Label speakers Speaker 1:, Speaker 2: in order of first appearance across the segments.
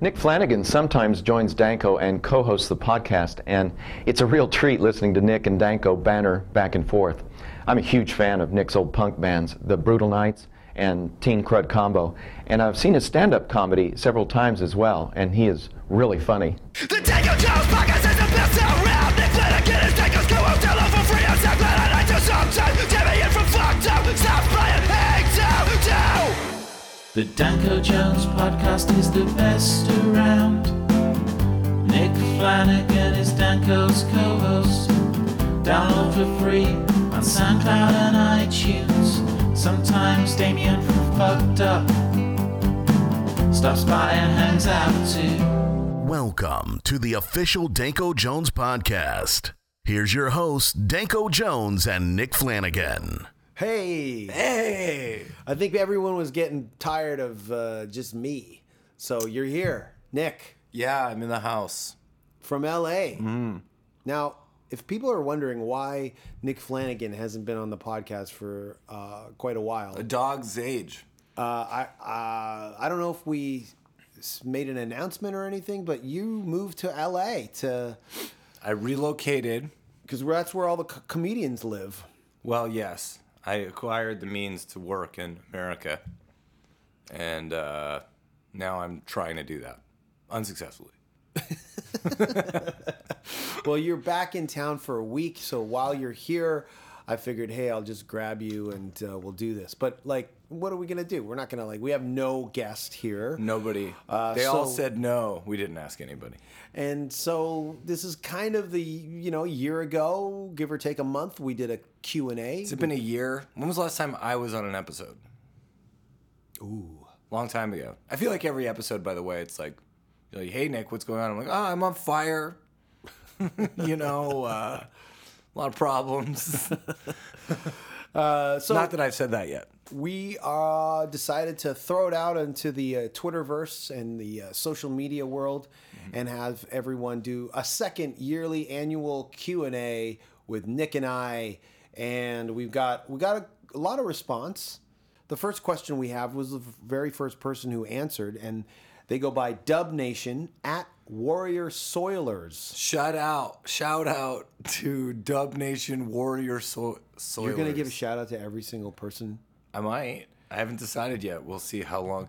Speaker 1: Nick Flanagan sometimes joins Danko and co hosts the podcast, and it's a real treat listening to Nick and Danko banter back and forth. I'm a huge fan of Nick's old punk bands, The Brutal Knights and Teen Crud Combo, and I've seen his stand up comedy several times as well, and he is really funny.
Speaker 2: The Tango Jones podcast is the best around. Nick Flanagan is Tango's co-host. Hello for free on SoundCloud and iTunes sometime. Get me in from fucked up. Stop playing. Hang down, down.
Speaker 3: The Danko Jones podcast is the best around. Nick Flanagan is Danko's co host. Download for free on SoundCloud and iTunes. Sometimes Damien from Fucked Up stops by and hangs out too.
Speaker 4: Welcome to the official Danko Jones podcast. Here's your hosts, Danko Jones and Nick Flanagan.
Speaker 5: Hey. Hey. I think everyone was getting tired of uh, just me. So you're here, Nick,
Speaker 6: Yeah, I'm in the house.
Speaker 5: from LA. Now, if people are wondering why Nick Flanagan hasn't been on the podcast for uh, quite a while,
Speaker 6: A dog's age.
Speaker 5: uh, I, uh, I don't know if we s- made an announcement or anything, but you moved to LA to
Speaker 6: I relocated.
Speaker 5: because that's where all the co- comedians live.
Speaker 6: Well, yes, I acquired the means to work in America. And uh, now I'm trying to do that unsuccessfully.
Speaker 5: Well, you're back in town for a week, so while you're here, I figured, hey, I'll just grab you and uh, we'll do this. But like, what are we gonna do? We're not gonna like. We have no guest here,
Speaker 6: Nobody. they all
Speaker 5: so-
Speaker 6: said no. We didn't ask anybody.
Speaker 5: and so this is kind of the you know year ago, give or take a month, we did a Q and A.
Speaker 6: Has it been a year? When was the last time I was on an episode? Ooh. Long time ago. I feel like every episode, by the way, it's like, you're like, hey, Nick, what's going on? I'm like, oh, I'm on fire. you know, uh, a lot of problems.
Speaker 5: so
Speaker 6: Not that I've said that yet.
Speaker 5: we uh, decided to throw it out into the uh, Twitterverse and the uh, social media world, and have everyone do a second yearly annual Q and A with Nick and I. And we've got we got a, a lot of response. The first question we have was the very first person who answered, and they go by Dub Nation at Warrior Soilers.
Speaker 6: Shout out, shout out to Dub Nation Warrior so- Soilers.
Speaker 5: You're gonna give a shout out to every single person.
Speaker 6: I might. I haven't decided yet. We'll see how long.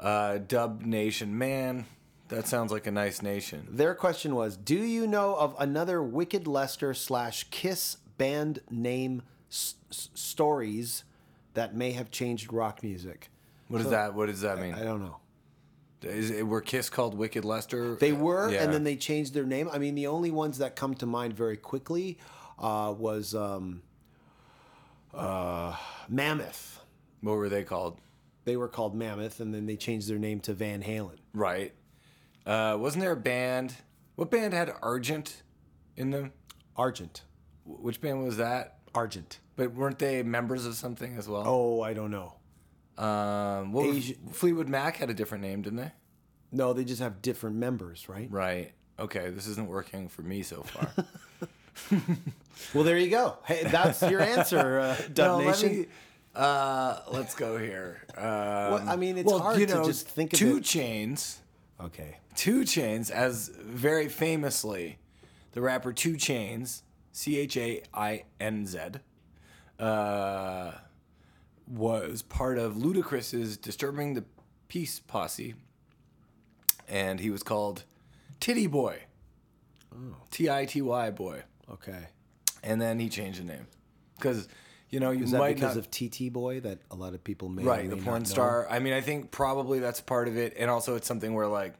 Speaker 6: Uh, Dub Nation, man, that sounds like a nice nation.
Speaker 5: Their question was Do you know of another Wicked Lester slash Kiss band name s- s- stories that may have changed rock music?
Speaker 6: What is that? What does that
Speaker 5: I
Speaker 6: mean?
Speaker 5: don't know.
Speaker 6: Is it, were Kiss called Wicked Lester?
Speaker 5: They were,
Speaker 6: Yeah.
Speaker 5: and then they changed their name. I mean, the only ones that come to mind very quickly uh, was um, uh, Mammoth.
Speaker 6: What were they called?
Speaker 5: They were called Mammoth, and then they changed their name to Van Halen.
Speaker 6: Right. Uh, wasn't there a band? What band had Argent in them?
Speaker 5: Argent.
Speaker 6: Wh- Which band was that?
Speaker 5: Argent.
Speaker 6: But weren't they members of something as well?
Speaker 5: Oh, I don't know.
Speaker 6: Um, what was-
Speaker 5: Oh, Asia-
Speaker 6: Fleetwood Mac had a different name, didn't they?
Speaker 5: No, they just have different members, right?
Speaker 6: Right. Okay, this isn't working for me so far.
Speaker 5: Well, there you go. Hey, that's your answer, uh,
Speaker 6: No,
Speaker 5: Dub Nation.
Speaker 6: Let me, uh, let's go here. Um,
Speaker 5: I mean, it's hard to just think of
Speaker 6: two
Speaker 5: it.
Speaker 6: chains.
Speaker 5: Okay.
Speaker 6: Two Chains, as very famously, the rapper Two Chains, C H A I N Z, uh, was part of Ludacris's Disturbing the Peace posse, and he was called Titty Boy,
Speaker 5: Oh.
Speaker 6: T I T Y Boy,
Speaker 5: Okay.
Speaker 6: and then he changed the name because you know you
Speaker 5: Is that
Speaker 6: might
Speaker 5: because
Speaker 6: not,
Speaker 5: of TT Boy that a lot of people may or
Speaker 6: right the
Speaker 5: may
Speaker 6: porn
Speaker 5: not know?
Speaker 6: star i mean i think probably that's part of it and also it's something where like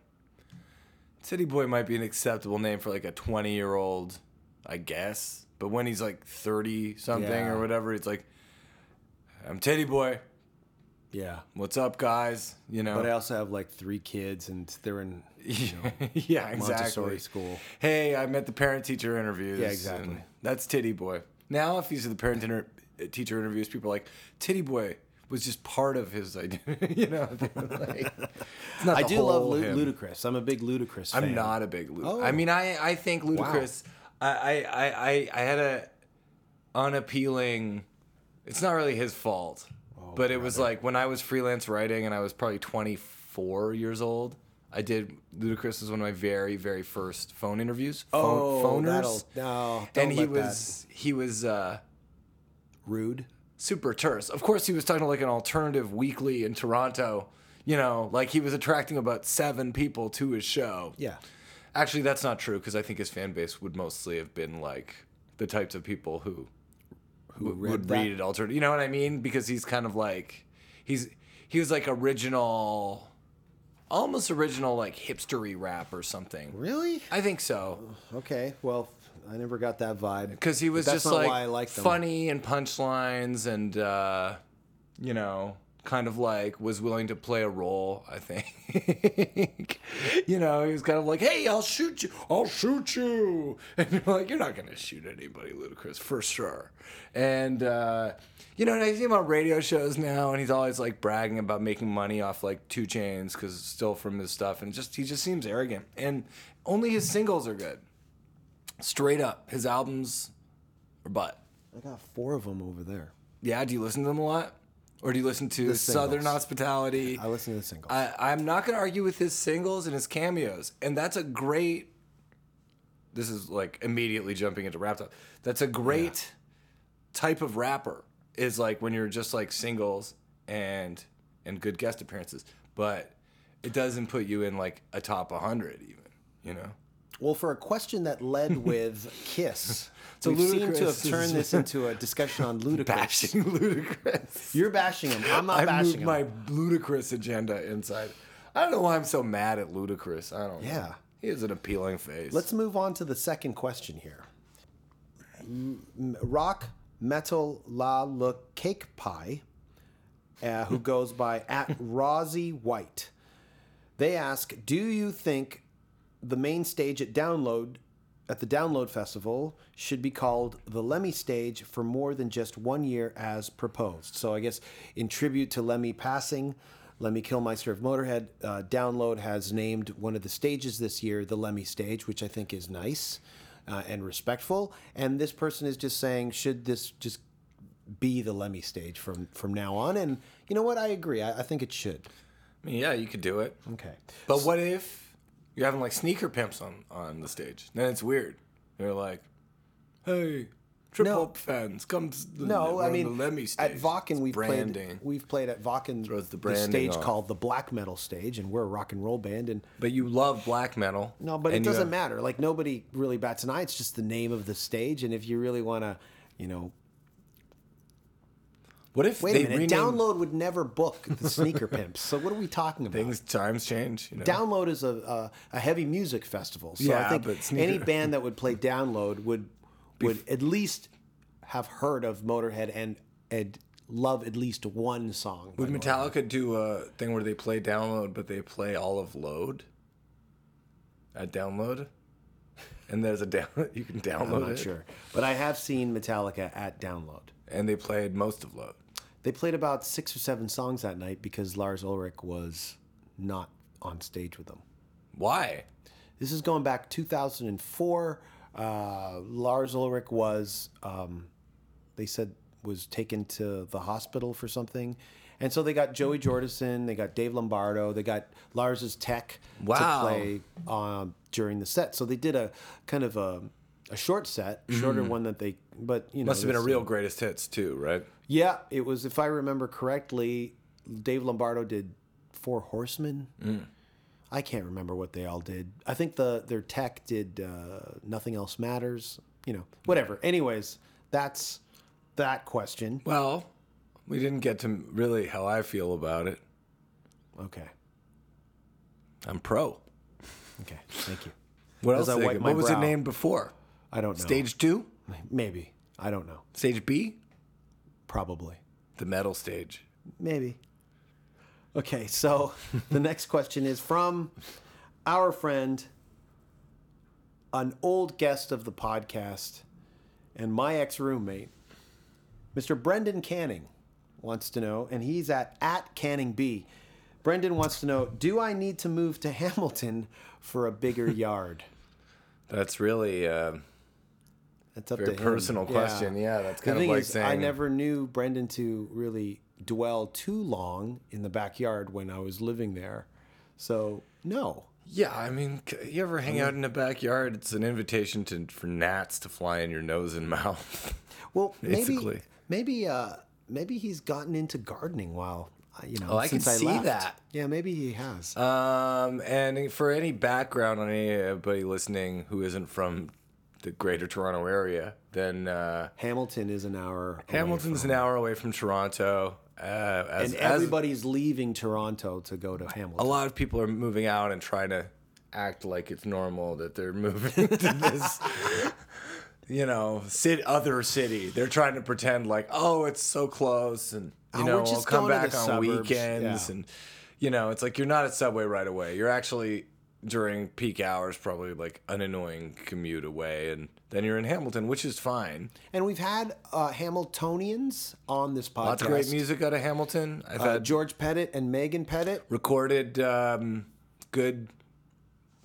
Speaker 6: city boy might be an acceptable name for like a 20 year old i guess but when he's like 30 something
Speaker 5: Yeah.
Speaker 6: or whatever it's like i'm teddy boy
Speaker 5: Yeah.
Speaker 6: what's up guys you know
Speaker 5: But I also have like three kids, and they're in
Speaker 6: yeah exactly
Speaker 5: Montessori school.
Speaker 6: hey i met the parent teacher interviews
Speaker 5: Yeah, exactly.
Speaker 6: and that's titty boy now if he's at the parent inter- teacher interviews people are like titty boy was just part of his identity you know they're like, it's not
Speaker 5: I
Speaker 6: the
Speaker 5: do love
Speaker 6: whole
Speaker 5: Lu-
Speaker 6: him.
Speaker 5: Ludacris. I'm a big Ludacris fan.
Speaker 6: I'm not a big Ludacris.
Speaker 5: Oh.
Speaker 6: I mean, I, I think Ludacris. I, I, I, I, I had a unappealing. It's not really his
Speaker 5: Oh,
Speaker 6: fault, but it was like when I was freelance writing and I was probably 24 years old. I did Ludacris was one of my very very first phone interviews.
Speaker 5: Oh,
Speaker 6: phone, phoners.
Speaker 5: that'll- no, don't
Speaker 6: and he
Speaker 5: let that-
Speaker 6: was he was uh,
Speaker 5: Rude.
Speaker 6: super terse. Of course, he was talking to like an alternative weekly in Toronto. You know, like he was attracting about seven people to his show.
Speaker 5: Yeah.
Speaker 6: Actually, that's not true because I think his fan base would mostly have been like the types of people who who
Speaker 5: read
Speaker 6: would
Speaker 5: that.
Speaker 6: read it alternative. You know what I mean? Because he's kind of like he's he was like original, almost original like hipstery rap or something.
Speaker 5: Really?
Speaker 6: I think so
Speaker 5: Okay. Well, I never got that vibe.
Speaker 6: because he was
Speaker 5: That's
Speaker 6: just
Speaker 5: not
Speaker 6: like,
Speaker 5: why I like them.
Speaker 6: funny and punchlines and uh, you know kind of like was willing to play a role i think you know he was kind of like hey i'll shoot you i'll shoot you and you're like you're not going to shoot anybody ludicrous for sure and uh, you know and i see him on radio shows now and he's always like bragging about making money off like two chains because still from his stuff and just he just seems arrogant and only his singles are good straight up his albums or butt.
Speaker 5: I got four of them over there.
Speaker 6: Yeah, do you listen to them a lot? Or do you listen to
Speaker 5: singles.
Speaker 6: Southern Hospitality?
Speaker 5: I listen to the singles.
Speaker 6: I, I'm not going to argue with his singles and his cameos. And that's a great. This is like immediately jumping into rap up. That's a great type of rapper. Is like when you're just like singles and and good guest appearances, but it doesn't put you in like a top 100 even. You know,
Speaker 5: Well, for a question that led with Kiss,
Speaker 6: So
Speaker 5: we seem to have
Speaker 6: Ludacris is-
Speaker 5: turned this into a discussion on Ludacris.
Speaker 6: bashing ludicrous.
Speaker 5: You're bashing him. I'm not
Speaker 6: I
Speaker 5: bashing
Speaker 6: moved
Speaker 5: him.
Speaker 6: my ludicrous agenda inside. I don't know why I'm so mad at ludicrous. I don't.
Speaker 5: Yeah.
Speaker 6: Know. He has an appealing face.
Speaker 5: Let's move on to the second question here. M- Rock Metal La Look Cake Pie, uh, who goes by at Rosie White. They ask, "Do you think the main stage at Download at the Download Festival should be called the Lemmy Stage for more than just one year as proposed?" So I guess in tribute to Lemmy passing, Lemmy Kilmeister of Motorhead, uh, Download has named one of the stages this year the Lemmy Stage, which I think is nice uh, and respectful. And this person is just saying, should this just be the Lemmy stage from from now on? And you know what? I agree. I, I think it should.
Speaker 6: I mean, yeah, you could do it.
Speaker 5: Okay.
Speaker 6: But what if you're having like sneaker pimps on on the stage? Then it's weird. They're like, hey, trip
Speaker 5: No.
Speaker 6: hop fans, come. To the,
Speaker 5: No,
Speaker 6: we're
Speaker 5: I
Speaker 6: on
Speaker 5: mean
Speaker 6: the Lemmy stage.
Speaker 5: at Vakken
Speaker 6: It's
Speaker 5: we've
Speaker 6: branding.
Speaker 5: played we've played at Vakken
Speaker 6: Throws the
Speaker 5: the
Speaker 6: branding
Speaker 5: stage
Speaker 6: off.
Speaker 5: called the black metal stage and we're a rock and roll band and
Speaker 6: But you love black metal.
Speaker 5: no, but it
Speaker 6: and you
Speaker 5: doesn't
Speaker 6: have-
Speaker 5: matter. Like nobody really bats an eye. It's just the name of the stage and if you really want to, you know,
Speaker 6: What if
Speaker 5: wait
Speaker 6: they
Speaker 5: a minute.
Speaker 6: renamed
Speaker 5: Download would never book the sneaker pimps. So what are we talking about?
Speaker 6: things? Times change. You know?
Speaker 5: Download is a, a, a heavy music festival, so
Speaker 6: Yeah,
Speaker 5: I think
Speaker 6: but sneaker-
Speaker 5: any band that would play Download would would at least have heard of Motorhead and and love at least one song. by
Speaker 6: Would Metallica do a thing where they play download, but they play all of load at download? And there's a down you can download
Speaker 5: I'm not
Speaker 6: it,
Speaker 5: sure, but I have seen Metallica at Download.
Speaker 6: and they played most of load.
Speaker 5: They played about six or seven songs that night because Lars Ulrich was not on stage with them.
Speaker 6: Why?
Speaker 5: This is going back 2004. Uh, Lars Ulrich was, um, they said, was taken to the hospital for something. And so they got Joey Jordison, they got Dave Lombardo, they got Lars's tech
Speaker 6: Wow.
Speaker 5: to play um, during the set. So they did a kind of a, a short set, shorter one that they, but you know,
Speaker 6: Must have Mm. been a
Speaker 5: this-
Speaker 6: real greatest hits too, right?
Speaker 5: yeah, it was, if I remember correctly, Dave Lombardo did Four Horsemen. I can't remember what they all did. I think the their tech did uh, Nothing Else Matters. You know, whatever. Anyways, that's that question.
Speaker 6: Well, we didn't get to really how I feel about it.
Speaker 5: Okay.
Speaker 6: I'm pro.
Speaker 5: Okay. Thank you.
Speaker 6: What
Speaker 5: As
Speaker 6: else?
Speaker 5: I
Speaker 6: did they
Speaker 5: wipe
Speaker 6: get?
Speaker 5: my
Speaker 6: what was it
Speaker 5: brow.
Speaker 6: named before?
Speaker 5: I don't know.
Speaker 6: Stage two,
Speaker 5: Maybe. I don't know.
Speaker 6: stage B,
Speaker 5: Probably.
Speaker 6: the metal stage.
Speaker 5: Maybe. Okay, so the next question is from our friend, an old guest of the podcast, and my ex roommate, Mr. Brendan Canning, wants to know, and he's at at Canning B. Brendan wants to know: Do I need to move to Hamilton for a bigger yard?
Speaker 6: That's really uh,
Speaker 5: That's up
Speaker 6: Very
Speaker 5: to him.
Speaker 6: personal question. Yeah, that's kind
Speaker 5: the
Speaker 6: of
Speaker 5: thing
Speaker 6: like
Speaker 5: is, I
Speaker 6: saying-
Speaker 5: never knew Brendan to really dwell too long in the backyard when I was living there. So no.
Speaker 6: Yeah, I mean, c- you ever hang out in the backyard? It's an invitation to for gnats to fly in your nose and mouth.
Speaker 5: Well, maybe
Speaker 6: Basically.
Speaker 5: maybe uh, maybe he's gotten into gardening while uh, you know
Speaker 6: Oh, I
Speaker 5: since
Speaker 6: can
Speaker 5: I
Speaker 6: see
Speaker 5: left.
Speaker 6: that.
Speaker 5: Yeah, maybe he has.
Speaker 6: Um, and for any background on anybody listening who isn't from the Greater Toronto area, then uh,
Speaker 5: Hamilton is an hour. away
Speaker 6: Hamilton's an
Speaker 5: from-
Speaker 6: hour away from Toronto. Uh, as,
Speaker 5: and
Speaker 6: as
Speaker 5: everybody's leaving Toronto to go to
Speaker 6: a
Speaker 5: Hamilton.
Speaker 6: lot of people are moving out and trying to act like it's normal that they're moving to this you know cit- other city they're trying to pretend like oh it's so close and you
Speaker 5: Oh,
Speaker 6: know
Speaker 5: we're
Speaker 6: i'll
Speaker 5: just
Speaker 6: come
Speaker 5: going to
Speaker 6: back
Speaker 5: the
Speaker 6: on
Speaker 5: suburbs."
Speaker 6: weekends
Speaker 5: Yeah.
Speaker 6: and you know it's like you're not at subway right away you're actually during peak hours probably like an annoying commute away and then you're in hamilton which is fine
Speaker 5: And we've had uh, Hamiltonians on this podcast.
Speaker 6: lots of great music out of hamilton i've
Speaker 5: Uh,
Speaker 6: had
Speaker 5: George Pettit and Megan Pettit.
Speaker 6: recorded um, good.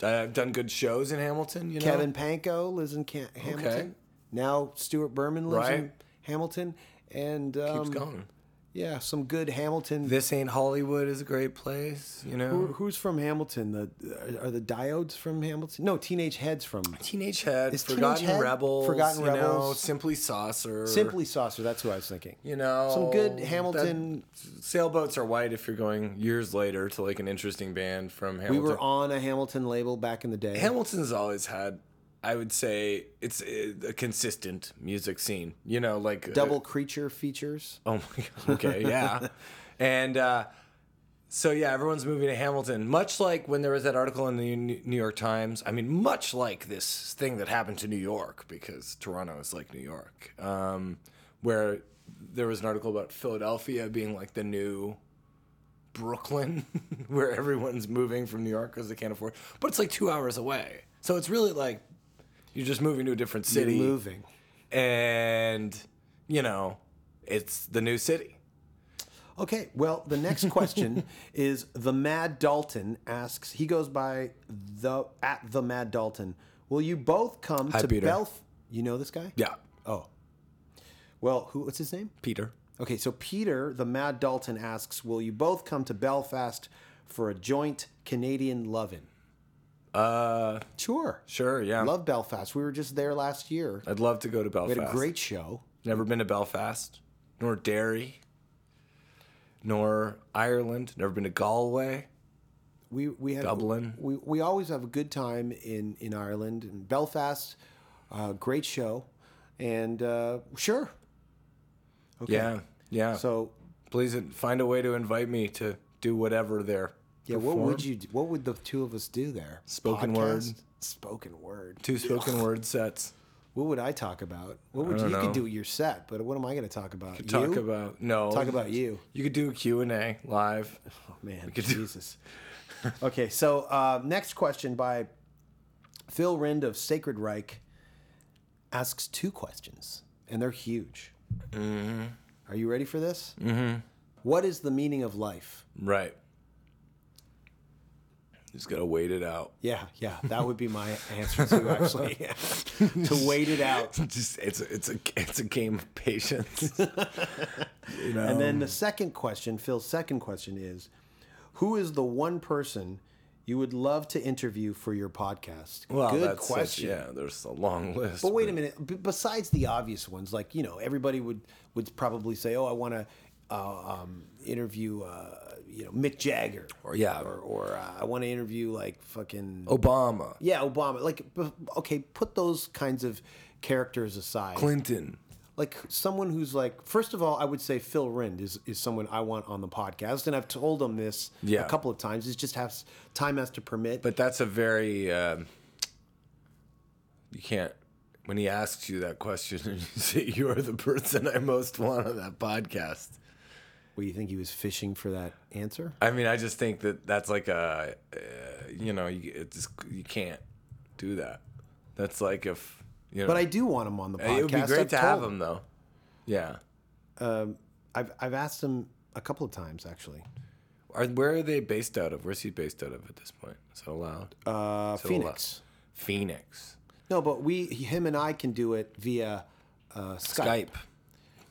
Speaker 6: I've done good shows in Hamilton. You know,
Speaker 5: Kevin Panko lives in Ca- Hamilton. Now Stuart Berman lives in
Speaker 6: Right.
Speaker 5: Hamilton. And um,
Speaker 6: keeps going.
Speaker 5: yeah, some good Hamilton.
Speaker 6: This ain't Hollywood is a great place. You know,
Speaker 5: Who- who's from Hamilton? The uh, are the Diodes from Hamilton? No, Teenage Heads from
Speaker 6: Teenage Head,
Speaker 5: Is Teenage
Speaker 6: Forgotten
Speaker 5: Head-
Speaker 6: Rebels,
Speaker 5: Forgotten
Speaker 6: you know,
Speaker 5: Rebels.
Speaker 6: Simply Saucer,
Speaker 5: Simply Saucer. That's who I was thinking.
Speaker 6: You know,
Speaker 5: Some good
Speaker 6: that-
Speaker 5: Hamilton.
Speaker 6: sailboats are white if you're going years later to like an interesting band from Hamilton.
Speaker 5: we were on a Hamilton label back in the day.
Speaker 6: Hamilton's always had. I would say it's uh, a consistent music scene. You know, like uh,
Speaker 5: Double Creature features.
Speaker 6: Oh my god. Okay, yeah. and uh, so yeah, everyone's moving to Hamilton. Much like when there was that article in the New New York Times. I mean, much like this thing that happened to New York because Toronto is like New York. Um, where there was an article about Philadelphia being like the new Brooklyn, where everyone's moving from New York because they can't afford. But it's like two hours away, so it's really like you're just moving to a different
Speaker 5: You're
Speaker 6: city
Speaker 5: moving.
Speaker 6: and you know it's the new city
Speaker 5: Okay, well, the next question is the Mad Dalton asks. He goes by the at the Mad Dalton. Will you both come
Speaker 6: Hi,
Speaker 5: to
Speaker 6: Peter.
Speaker 5: Belf? You know this guy?
Speaker 6: yeah
Speaker 5: Oh. Well, who? What's his name?
Speaker 6: peter
Speaker 5: Okay, so Peter the Mad Dalton asks, "Will you both come to Belfast for a joint Canadian lovin'?"
Speaker 6: uh
Speaker 5: Sure.
Speaker 6: sure yeah
Speaker 5: Love Belfast. We were just there last year.
Speaker 6: i'd love to go to
Speaker 5: We
Speaker 6: belfast
Speaker 5: had a great show.
Speaker 6: never been to belfast nor derry nor ireland never been to galway
Speaker 5: We we had
Speaker 6: Dublin.
Speaker 5: We, we always have a good time in in Ireland and Belfast. Uh, great show, and uh, sure. Okay.
Speaker 6: yeah yeah so
Speaker 5: So
Speaker 6: please find a way to invite me to do whatever there
Speaker 5: yeah, what would you? do- What would the two of us do there?
Speaker 6: Spoken word.
Speaker 5: Spoken word.
Speaker 6: two spoken word sets
Speaker 5: What would I talk about? What would
Speaker 6: don't
Speaker 5: you
Speaker 6: know.
Speaker 5: could do your set? But what am I going to talk about?
Speaker 6: talk
Speaker 5: You?
Speaker 6: about no
Speaker 5: Talk about you.
Speaker 6: you could do a q&a live
Speaker 5: Oh, Man,
Speaker 6: could do-
Speaker 5: Jesus. okay, so uh, next question by Phil Rind of Sacred Reich asks two questions, and they're huge.
Speaker 6: Mm-hmm.
Speaker 5: Are you ready for this? Mm-hmm. is the meaning of life?
Speaker 6: right just gotta wait it out
Speaker 5: Yeah, yeah, that would be my answer too. Actually, to wait it out.
Speaker 6: just it's a, it's a it's a game of patience. you know,
Speaker 5: And then the second question, Phil's second question is, who is the one person you would love to interview for your podcast?
Speaker 6: well,
Speaker 5: Good
Speaker 6: that's such-
Speaker 5: question.
Speaker 6: yeah, there's a long list.
Speaker 5: But wait a minute. B- besides the obvious ones, like you know, everybody would would probably say, "Oh, I want to uh, um, interview, uh, you know, Mick Jagger," or
Speaker 6: yeah.
Speaker 5: or, or uh, I want to interview like fucking
Speaker 6: Obama,
Speaker 5: yeah, Obama. Like, b- okay, put those kinds of characters aside.
Speaker 6: Clinton,
Speaker 5: Like someone who's like, first of all, I would say Phil Rind is is someone I want on the podcast, and I've told him this
Speaker 6: Yeah.
Speaker 5: a couple of times. It just has time has to permit.
Speaker 6: but that's a very um, you can't. When he asks you that question, and you say you are the person I most want on that podcast.
Speaker 5: what do you think he was fishing for that answer?
Speaker 6: I mean, I just think that that's like a, uh, you know, you, it just you can't do that. That's like if you know.
Speaker 5: But I do want him on the podcast.
Speaker 6: it would be great
Speaker 5: I've
Speaker 6: to have
Speaker 5: told
Speaker 6: him though. Yeah.
Speaker 5: I've I've asked him a couple of times actually.
Speaker 6: Are where are they based out of? Where's he based out of at this point? Is that allowed?
Speaker 5: Uh,
Speaker 6: So
Speaker 5: Phoenix.
Speaker 6: Phoenix.
Speaker 5: No, but we him and I can do it via uh, Skype.
Speaker 6: Skype.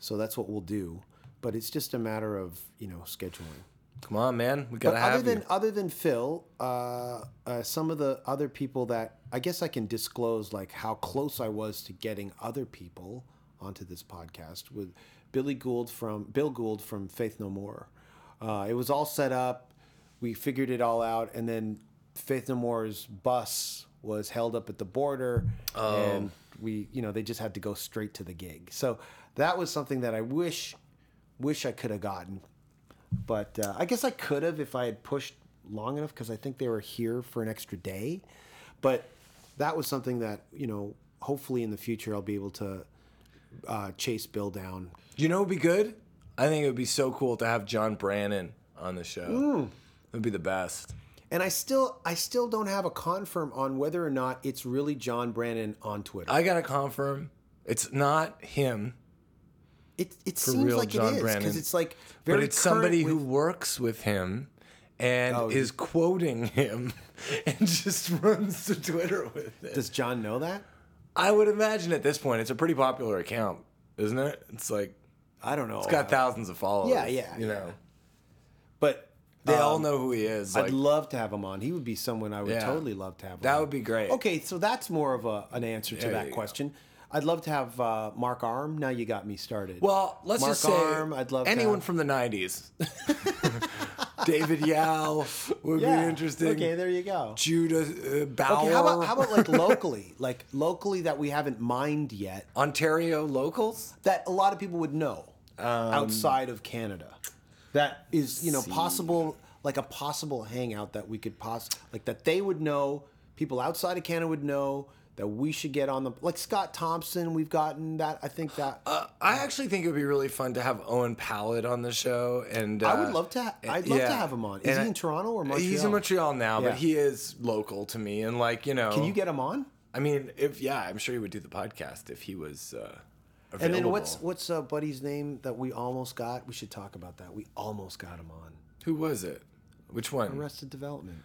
Speaker 5: So that's what we'll do. But it's just a matter of you know scheduling.
Speaker 6: Come on, man. We
Speaker 5: But
Speaker 6: gotta
Speaker 5: other
Speaker 6: have
Speaker 5: than
Speaker 6: you.
Speaker 5: other than Phil, uh, uh, some of the other people that I guess I can disclose, like how close I was to getting other people onto this podcast with Billy Gould from Bill Gould from Faith No More. Uh, it was all set up. We figured it all out, and then Faith No More's bus was held up at the border,
Speaker 6: Oh.
Speaker 5: and we, you know, they just had to go straight to the gig. So that was something that I wish, wish I could have gotten but uh, I guess I could have if I had pushed long enough because I think they were here for an extra day. But that was something that you know, hopefully in the future I'll be able to uh, chase Bill down.
Speaker 6: You know, what would be good. I think it would be so cool to have John Brannon on the show. It would be the best.
Speaker 5: And I still, I still don't have a confirm on whether or not it's really John Brannon on Twitter.
Speaker 6: I gotta confirm. It's not him,
Speaker 5: it it seems
Speaker 6: real
Speaker 5: like
Speaker 6: John
Speaker 5: it is
Speaker 6: Brannon.
Speaker 5: because it's like very
Speaker 6: but it's somebody
Speaker 5: current Oh,
Speaker 6: who works with him and is quoting him and just runs to Twitter with
Speaker 5: with-
Speaker 6: it.
Speaker 5: does John know that?
Speaker 6: I would imagine at this point it's a pretty popular account, isn't it? It's like
Speaker 5: I don't know.
Speaker 6: it's got thousands of followers.
Speaker 5: Uh, Yeah, yeah,
Speaker 6: You know,
Speaker 5: but
Speaker 6: they
Speaker 5: um,
Speaker 6: all know who he is. Like,
Speaker 5: I'd love to have him on. He would be someone I would
Speaker 6: Yeah.
Speaker 5: totally love to have.
Speaker 6: that
Speaker 5: on.
Speaker 6: would be great.
Speaker 5: Okay, so that's more of a, an answer to
Speaker 6: There you
Speaker 5: that
Speaker 6: go.
Speaker 5: question. I'd love to have uh, Mark Arm. Now you got me started.
Speaker 6: Well, let's
Speaker 5: Mark
Speaker 6: just say
Speaker 5: Arm, I'd love to
Speaker 6: anyone
Speaker 5: have-
Speaker 6: from the '90s. David Yao would be interesting.
Speaker 5: Okay, there you go.
Speaker 6: Judah uh, Bauer.
Speaker 5: Okay, how about how about like locally, like locally that we haven't mined yet
Speaker 6: Ontario locals?
Speaker 5: that a lot of people would know outside of Canada. That is, you know, possible like a possible hangout that we could poss like that they would know, people outside of Canada would know that we should get on the like Scott Thompson. We've gotten that. I think that
Speaker 6: Uh, I actually think it would be really fun to have Owen Pallett on the show, and uh,
Speaker 5: I would love to. Ha- I'd love to have him on. Is
Speaker 6: And
Speaker 5: he
Speaker 6: I-
Speaker 5: in Toronto or Montreal?
Speaker 6: He's in Montreal now,
Speaker 5: Yeah.
Speaker 6: but he is local to me, and like you know,
Speaker 5: Can you get him on?
Speaker 6: I mean, if yeah, I'm sure he would do the podcast if he was. Uh, available.
Speaker 5: And then what's what's uh, buddy's name that we almost got? We should talk about that. We almost got him on
Speaker 6: who was it? Which one?
Speaker 5: Arrested Development.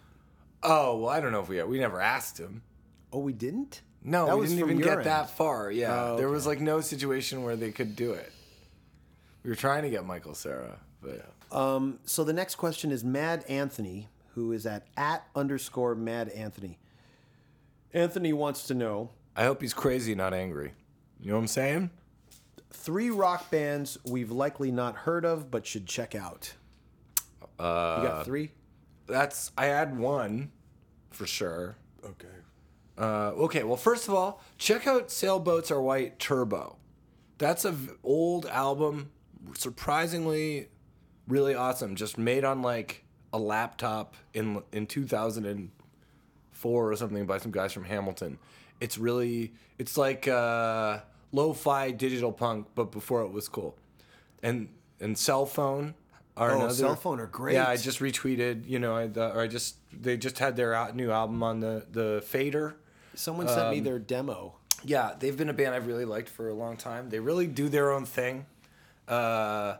Speaker 6: Oh well, I don't know if we we never asked him.
Speaker 5: Oh, we didn't.
Speaker 6: No,
Speaker 5: That
Speaker 6: we
Speaker 5: was
Speaker 6: didn't
Speaker 5: from
Speaker 6: even
Speaker 5: your
Speaker 6: get
Speaker 5: end. Oh,
Speaker 6: that far. Yeah, there was like no situation where they could do it. We were trying to get Michael Sarah, but
Speaker 5: So the next question is Mad Anthony, who is at at underscore Mad Anthony. Anthony wants to know
Speaker 6: I hope he's crazy, not angry. You know what I'm saying?
Speaker 5: three rock bands we've likely not heard of but should check out. Uh, you got three?
Speaker 6: That's I had one for sure. Okay. Uh, okay. Well, first of all, check out Sailboats Are White Turbo. That's a v- old album, surprisingly, really awesome. Just made on like a laptop in in 2004 or something by some guys from Hamilton. It's really it's like uh, lo-fi digital punk, but before it was cool. And and cell phone are
Speaker 5: Oh,
Speaker 6: another.
Speaker 5: Cell Phone are great.
Speaker 6: Yeah, I just just retweeted, you know, I, the, or I just they just had their out, new album on the the Fader.
Speaker 5: Someone sent
Speaker 6: Um,
Speaker 5: me their demo.
Speaker 6: Yeah, they've been a band I've really liked for a long time. They really do their own thing, uh,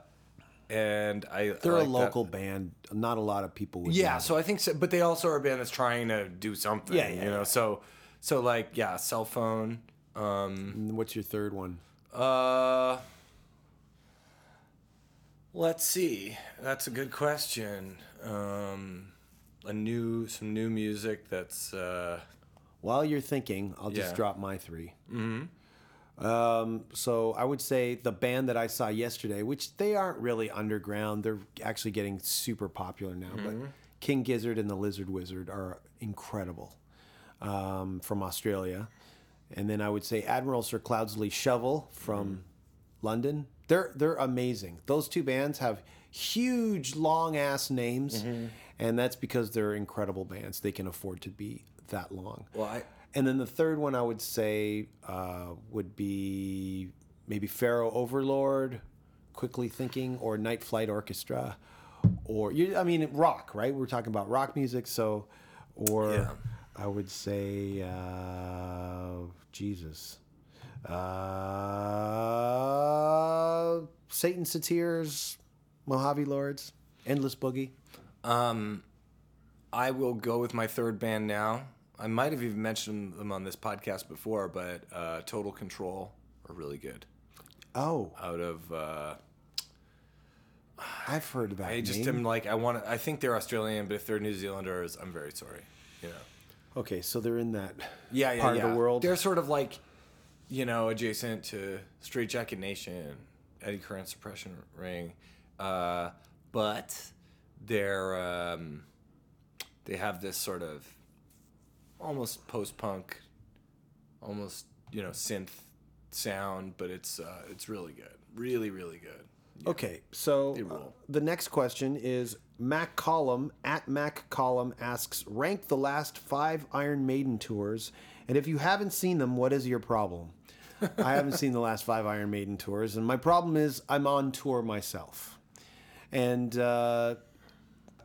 Speaker 6: and I
Speaker 5: They're
Speaker 6: I
Speaker 5: a
Speaker 6: like that.
Speaker 5: local band. Not a lot of people would.
Speaker 6: Yeah,
Speaker 5: know.
Speaker 6: so I think, so, but they also are a band that's trying to do something.
Speaker 5: Yeah, yeah,
Speaker 6: you know,
Speaker 5: yeah.
Speaker 6: so so like yeah, cell phone. Um,
Speaker 5: And What's your third one?
Speaker 6: Uh, let's see. That's a good question. Um, a new, some new music that's uh,
Speaker 5: While you're thinking, I'll just
Speaker 6: Yeah.
Speaker 5: drop my 3 Mm-hmm. Um, so I would say the band that I saw yesterday, which they aren't really underground, they're actually getting super popular now.
Speaker 6: Mm-hmm.
Speaker 5: But King Gizzard and the Lizard Wizard are incredible um, from Australia. And then I would say Admiral Sir Cloudesley Shovel from
Speaker 6: Mm-hmm.
Speaker 5: London. They're they're amazing. Those two bands have huge long ass names,
Speaker 6: Mm-hmm.
Speaker 5: and that's because they're incredible bands. They can afford to be that long.
Speaker 6: well, I,
Speaker 5: And then the third one I would say uh, would be maybe Pharaoh Overlord, Quickly Thinking, or Night Flight Orchestra, or you. I mean, rock, right? We're talking about rock music, so or I would say uh, Jesus, uh, Satan Satyrs, Mojave Lords, Endless Boogie.
Speaker 6: I will go with my third band now. I might have even mentioned them on this podcast before, but uh, Total Control are really good.
Speaker 5: Oh,
Speaker 6: Out of uh,
Speaker 5: I've heard about.
Speaker 6: I just
Speaker 5: Maine.
Speaker 6: am like I want. I think they're Australian, but if they're New Zealanders, I'm very sorry. You know.
Speaker 5: okay, so they're in that
Speaker 6: Yeah, yeah,
Speaker 5: part
Speaker 6: yeah.
Speaker 5: of the world.
Speaker 6: They're sort of like, you know, adjacent to Straight Jacket Nation, Eddie Current Suppression Ring, uh, but they're um, they have this sort of almost post-punk, almost you know synth sound, but it's uh, it's really good, really really good.
Speaker 5: Okay, so uh,
Speaker 6: rule.
Speaker 5: the next question is Mac Column at Mac Column asks rank the last five Iron Maiden tours, and if you haven't seen them, what is your problem? I haven't seen the last five Iron Maiden tours, and my problem is I'm on tour myself. And uh,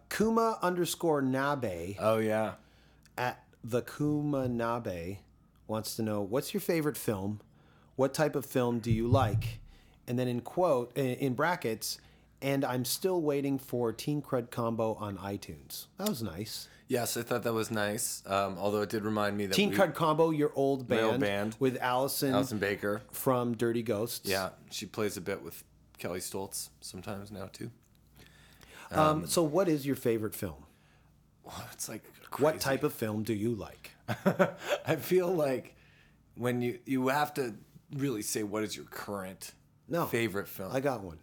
Speaker 5: Kuma underscore Nabe
Speaker 6: Oh yeah,
Speaker 5: at the Kuma Nabe wants to know what's your favorite film? What type of film do you like? And then in quote in- in brackets, and I'm still waiting for Teen Crud combo on iTunes. That was nice.
Speaker 6: yes, I thought that was nice. Um, although it did remind me that
Speaker 5: Teen
Speaker 6: we-
Speaker 5: Crud combo, your old
Speaker 6: My
Speaker 5: band,
Speaker 6: old band.
Speaker 5: with Allison,
Speaker 6: Alison Baker.
Speaker 5: from Dirty Ghosts.
Speaker 6: Yeah, she plays a bit with Kelly Stoltz sometimes now too.
Speaker 5: Um, so what is your favorite film?
Speaker 6: It's like
Speaker 5: What type of film do you like?
Speaker 6: I feel like when you you have to really say what is your current
Speaker 5: No.
Speaker 6: favorite film.
Speaker 5: I got one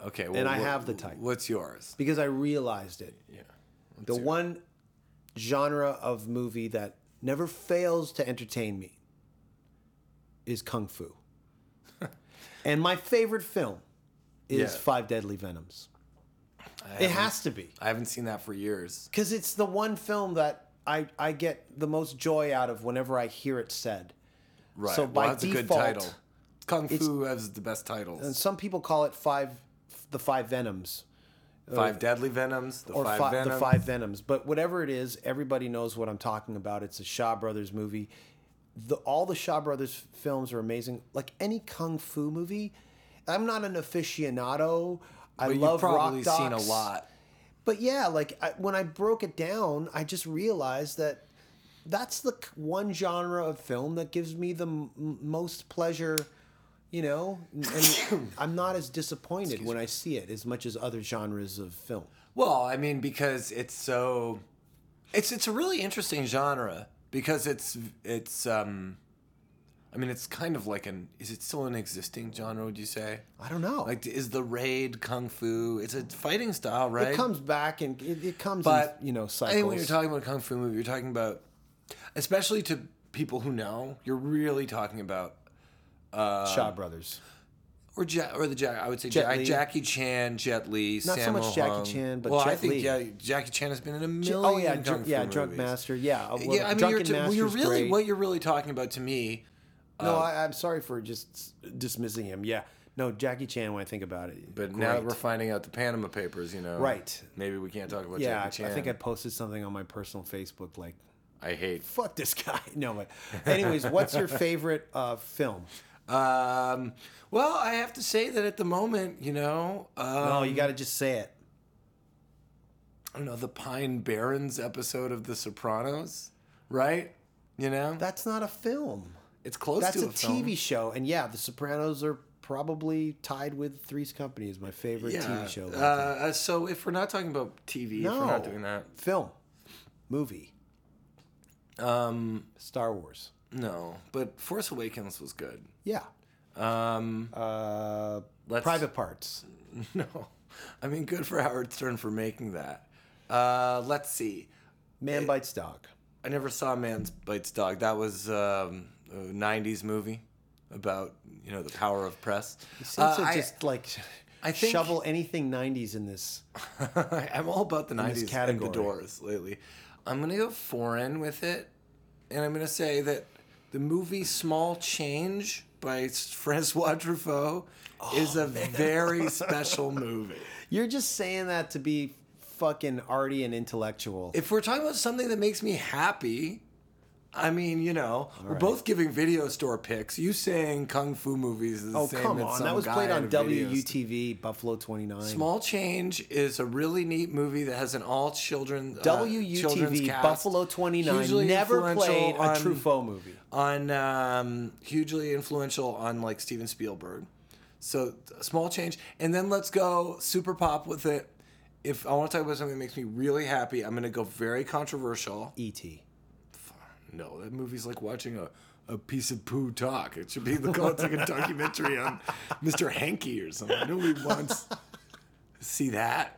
Speaker 6: okay, well,
Speaker 5: and I
Speaker 6: what-
Speaker 5: have the type.
Speaker 6: What's yours?
Speaker 5: because I realized it.
Speaker 6: Yeah,
Speaker 5: the one genre of movie that never fails to entertain me is kung fu. and my favorite film is
Speaker 6: Yeah.
Speaker 5: Five Deadly Venoms. It has to be
Speaker 6: I haven't seen that for years.
Speaker 5: because it's the one film that I I get the most joy out of whenever I hear it said.
Speaker 6: Right.
Speaker 5: So
Speaker 6: well,
Speaker 5: by
Speaker 6: that's a good
Speaker 5: default,
Speaker 6: title. Kung Fu has the best titles.
Speaker 5: And some people call it Five, the Five Venoms.
Speaker 6: five Deadly Venoms. The
Speaker 5: or
Speaker 6: Five
Speaker 5: fi-
Speaker 6: Venoms.
Speaker 5: the five venoms but whatever it is everybody knows what i'm talking about it's a shaw brothers movie the, all the shaw brothers films are amazing like any kung fu movie i'm not an aficionado i
Speaker 6: But
Speaker 5: love
Speaker 6: you've probably
Speaker 5: rock
Speaker 6: seen a
Speaker 5: docs.
Speaker 6: lot.
Speaker 5: but yeah like I, when i broke it down i just realized that that's the c- one genre of film that gives me the m- m- most pleasure you know and i'm not as disappointed when i see it as much as other genres of film
Speaker 6: Well, I mean, because it's so, it's it's a really interesting genre because it's it's um, I mean, it's kind of like an is it still an existing genre? Would you say?
Speaker 5: i don't know
Speaker 6: Like, is the raid kung fu? It's a fighting style, right?
Speaker 5: It comes back and it, it comes
Speaker 6: but
Speaker 5: in, you know,
Speaker 6: I
Speaker 5: cycles.
Speaker 6: think when you're talking about a kung fu movie, you're talking about, especially to people who know, you're really talking about
Speaker 5: Shaw Brothers.
Speaker 6: or ja- or the Jack. I would say
Speaker 5: Jet
Speaker 6: Ja-
Speaker 5: Li.
Speaker 6: Jackie Chan, Jet Li,
Speaker 5: Not so much
Speaker 6: Sammo
Speaker 5: Jackie
Speaker 6: Hung.
Speaker 5: Chan, but
Speaker 6: well, I
Speaker 5: Jet
Speaker 6: think
Speaker 5: Li.
Speaker 6: yeah, Jackie Chan has been in a million.
Speaker 5: Oh yeah,
Speaker 6: kung
Speaker 5: dr-
Speaker 6: fu
Speaker 5: yeah, Drunk
Speaker 6: movies.
Speaker 5: Master. Yeah, uh, well,
Speaker 6: Yeah, I mean,
Speaker 5: Drunken
Speaker 6: you're, t- well,
Speaker 5: Master's
Speaker 6: you're really uh,
Speaker 5: great.
Speaker 6: what you're really talking about to me.
Speaker 5: no, I, I'm sorry for just s- dismissing him. Yeah, no, Jackie Chan. When I think about it,
Speaker 6: But now that
Speaker 5: great.
Speaker 6: we're finding out the Panama Papers, you know,
Speaker 5: Right.
Speaker 6: Maybe we can't talk about
Speaker 5: yeah, I, I
Speaker 6: Jackie Chan.
Speaker 5: think I posted something on my personal Facebook like,
Speaker 6: I hate.
Speaker 5: "Fuck this guy." No, but anyways, what's your favorite uh, film?
Speaker 6: Um, well, I have to say that at the moment, you know, uh,
Speaker 5: No, Oh, you got to just say it.
Speaker 6: I don't know the Pine Barrens episode of The Sopranos, right? You know,
Speaker 5: That's not a film.
Speaker 6: it's close
Speaker 5: That's
Speaker 6: to
Speaker 5: a,
Speaker 6: a, film.
Speaker 5: TV show, and yeah, The Sopranos are probably tied with Three's Company is my favorite
Speaker 6: Yeah.
Speaker 5: TV show. of
Speaker 6: Uh,
Speaker 5: all time.
Speaker 6: uh, so if we're not talking about TV, if we're not doing that,
Speaker 5: Film, movie,
Speaker 6: um,
Speaker 5: Star Wars.
Speaker 6: no. But Force Awakens was good.
Speaker 5: Yeah.
Speaker 6: Um,
Speaker 5: Uh,
Speaker 6: Let's-
Speaker 5: private parts.
Speaker 6: No, I mean, good for Howard Stern for making that. Uh, let's see.
Speaker 5: Man bites dog.
Speaker 6: I never saw Man's Bites Dog. That was um, a '90s movie about you know the power of press.
Speaker 5: Seems
Speaker 6: Uh,
Speaker 5: to
Speaker 6: I,
Speaker 5: just like
Speaker 6: I think-
Speaker 5: shovel anything '90s in this.
Speaker 6: I'm all about the
Speaker 5: this
Speaker 6: '90s and the
Speaker 5: category.
Speaker 6: Doors lately. I'm gonna go foreign with it, and I'm gonna say that the movie Small Change by Francois Truffaut
Speaker 5: Oh,
Speaker 6: is a very special movie.
Speaker 5: You're just saying that to be fucking arty and intellectual.
Speaker 6: if we're talking about something that makes me happy, I mean, you know, we're both giving video store picks. You saying kung fu movies is the
Speaker 5: oh
Speaker 6: same
Speaker 5: come
Speaker 6: as
Speaker 5: on,
Speaker 6: some
Speaker 5: that was
Speaker 6: guy
Speaker 5: played
Speaker 6: at a
Speaker 5: on
Speaker 6: video store.
Speaker 5: WUTV Buffalo 29.
Speaker 6: Small Change is a really neat movie that has an all children uh, children's
Speaker 5: WUTV
Speaker 6: cast.
Speaker 5: Buffalo 29
Speaker 6: Hugely
Speaker 5: never
Speaker 6: influential
Speaker 5: played a
Speaker 6: on-
Speaker 5: Truffaut movie.
Speaker 6: on um, hugely influential on like Steven Spielberg. So a small change, and then let's go super pop with it. If I want to talk about something that makes me really happy, I'm gonna go very controversial.
Speaker 5: E.T.
Speaker 6: No, that movie's like watching a, a piece of poo talk. It should be the it's like a documentary on Mr. Hanky or something. Nobody wants to see that.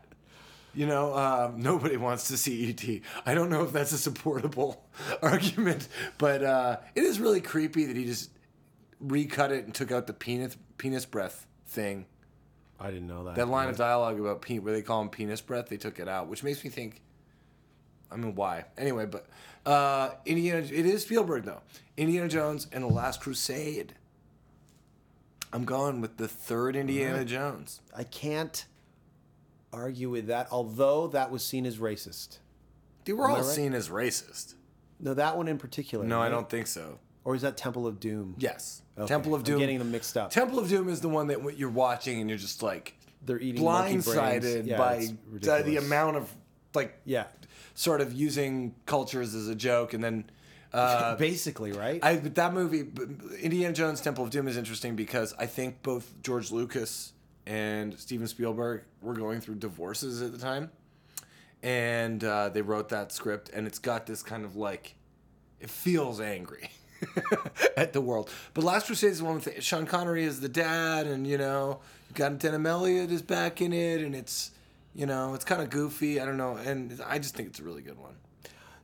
Speaker 6: You know, um, nobody wants to see E.T. I don't know if that's a supportable argument, but uh, it is really creepy that he just recut it and took out the penis penis breath thing.
Speaker 7: I didn't know that.
Speaker 6: That line of dialogue about pe- where they call him penis breath, they took it out, which makes me think. I mean, why? Anyway, but uh, Indiana. It is Spielberg though. Indiana Jones and the Last Crusade. I'm going with the third Indiana Jones.
Speaker 5: I can't argue with that, although that was seen as racist.
Speaker 6: They were all
Speaker 5: I right?
Speaker 6: seen as racist.
Speaker 5: No, that one in particular.
Speaker 6: No, I
Speaker 5: right?
Speaker 6: don't think so.
Speaker 5: Or is that Temple of Doom?
Speaker 6: Yes,
Speaker 5: Okay,
Speaker 6: Temple of
Speaker 5: I'm
Speaker 6: Doom.
Speaker 5: getting them mixed up.
Speaker 6: Temple of Doom is the one that w- you're watching and you're just like
Speaker 5: They're eating monkey brains.
Speaker 6: blindsided
Speaker 5: Yeah,
Speaker 6: by
Speaker 5: it's
Speaker 6: the, the
Speaker 5: ridiculous.
Speaker 6: amount of like
Speaker 5: Yeah.
Speaker 6: sort of using cultures as a joke and then uh,
Speaker 5: Basically, right?
Speaker 6: I but that movie but Indiana Jones Temple of Doom is interesting because I think both George Lucas and Steven Spielberg were going through divorces at the time and uh, they wrote that script and it's got this kind of like it feels angry at the world but last crusade is the one with sean connery is the dad and you know you've got Denham elliott is back in it and it's you know it's kind of goofy i don't know and i just think it's a really good one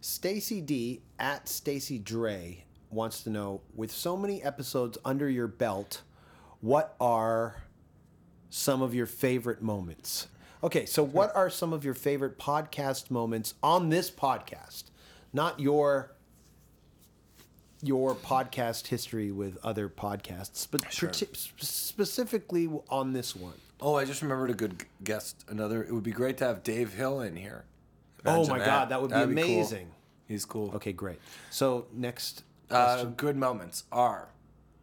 Speaker 5: Stacy D at Stacy Dre wants to know with so many episodes under your belt, what are some of your favorite moments? Okay, so what are some of your favorite podcast moments on this podcast? Not your your podcast history with other podcasts, but parti- sp- specifically on this one.
Speaker 6: oh i just remembered a good g- guest another it would be great to have dave hill in here
Speaker 5: oh
Speaker 6: Imagine
Speaker 5: my god, that would be
Speaker 6: That'd cool.
Speaker 5: amazing.
Speaker 6: he's cool
Speaker 5: Okay, great. So next
Speaker 6: uh, good moments are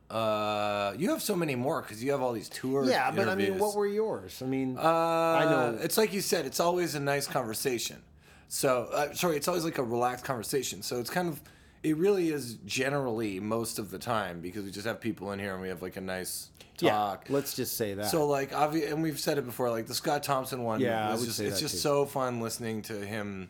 Speaker 6: uh, you have so many more because you have all these tours.
Speaker 5: Yeah, but I mean,
Speaker 6: interviews.
Speaker 5: what were yours? I mean,
Speaker 6: Uh,
Speaker 5: I know.
Speaker 6: It's like you said. It's always a nice conversation. So uh, sorry, it's always like a relaxed conversation. So it's kind of, it really is generally most of the time because we just have people in here and we have like a nice talk.
Speaker 5: let's just say that.
Speaker 6: So like obvi- and we've said it before, like the Scott Thompson one.
Speaker 5: Yeah, I
Speaker 6: was
Speaker 5: would
Speaker 6: just,
Speaker 5: say
Speaker 6: it's
Speaker 5: that
Speaker 6: just
Speaker 5: too.
Speaker 6: so fun listening to him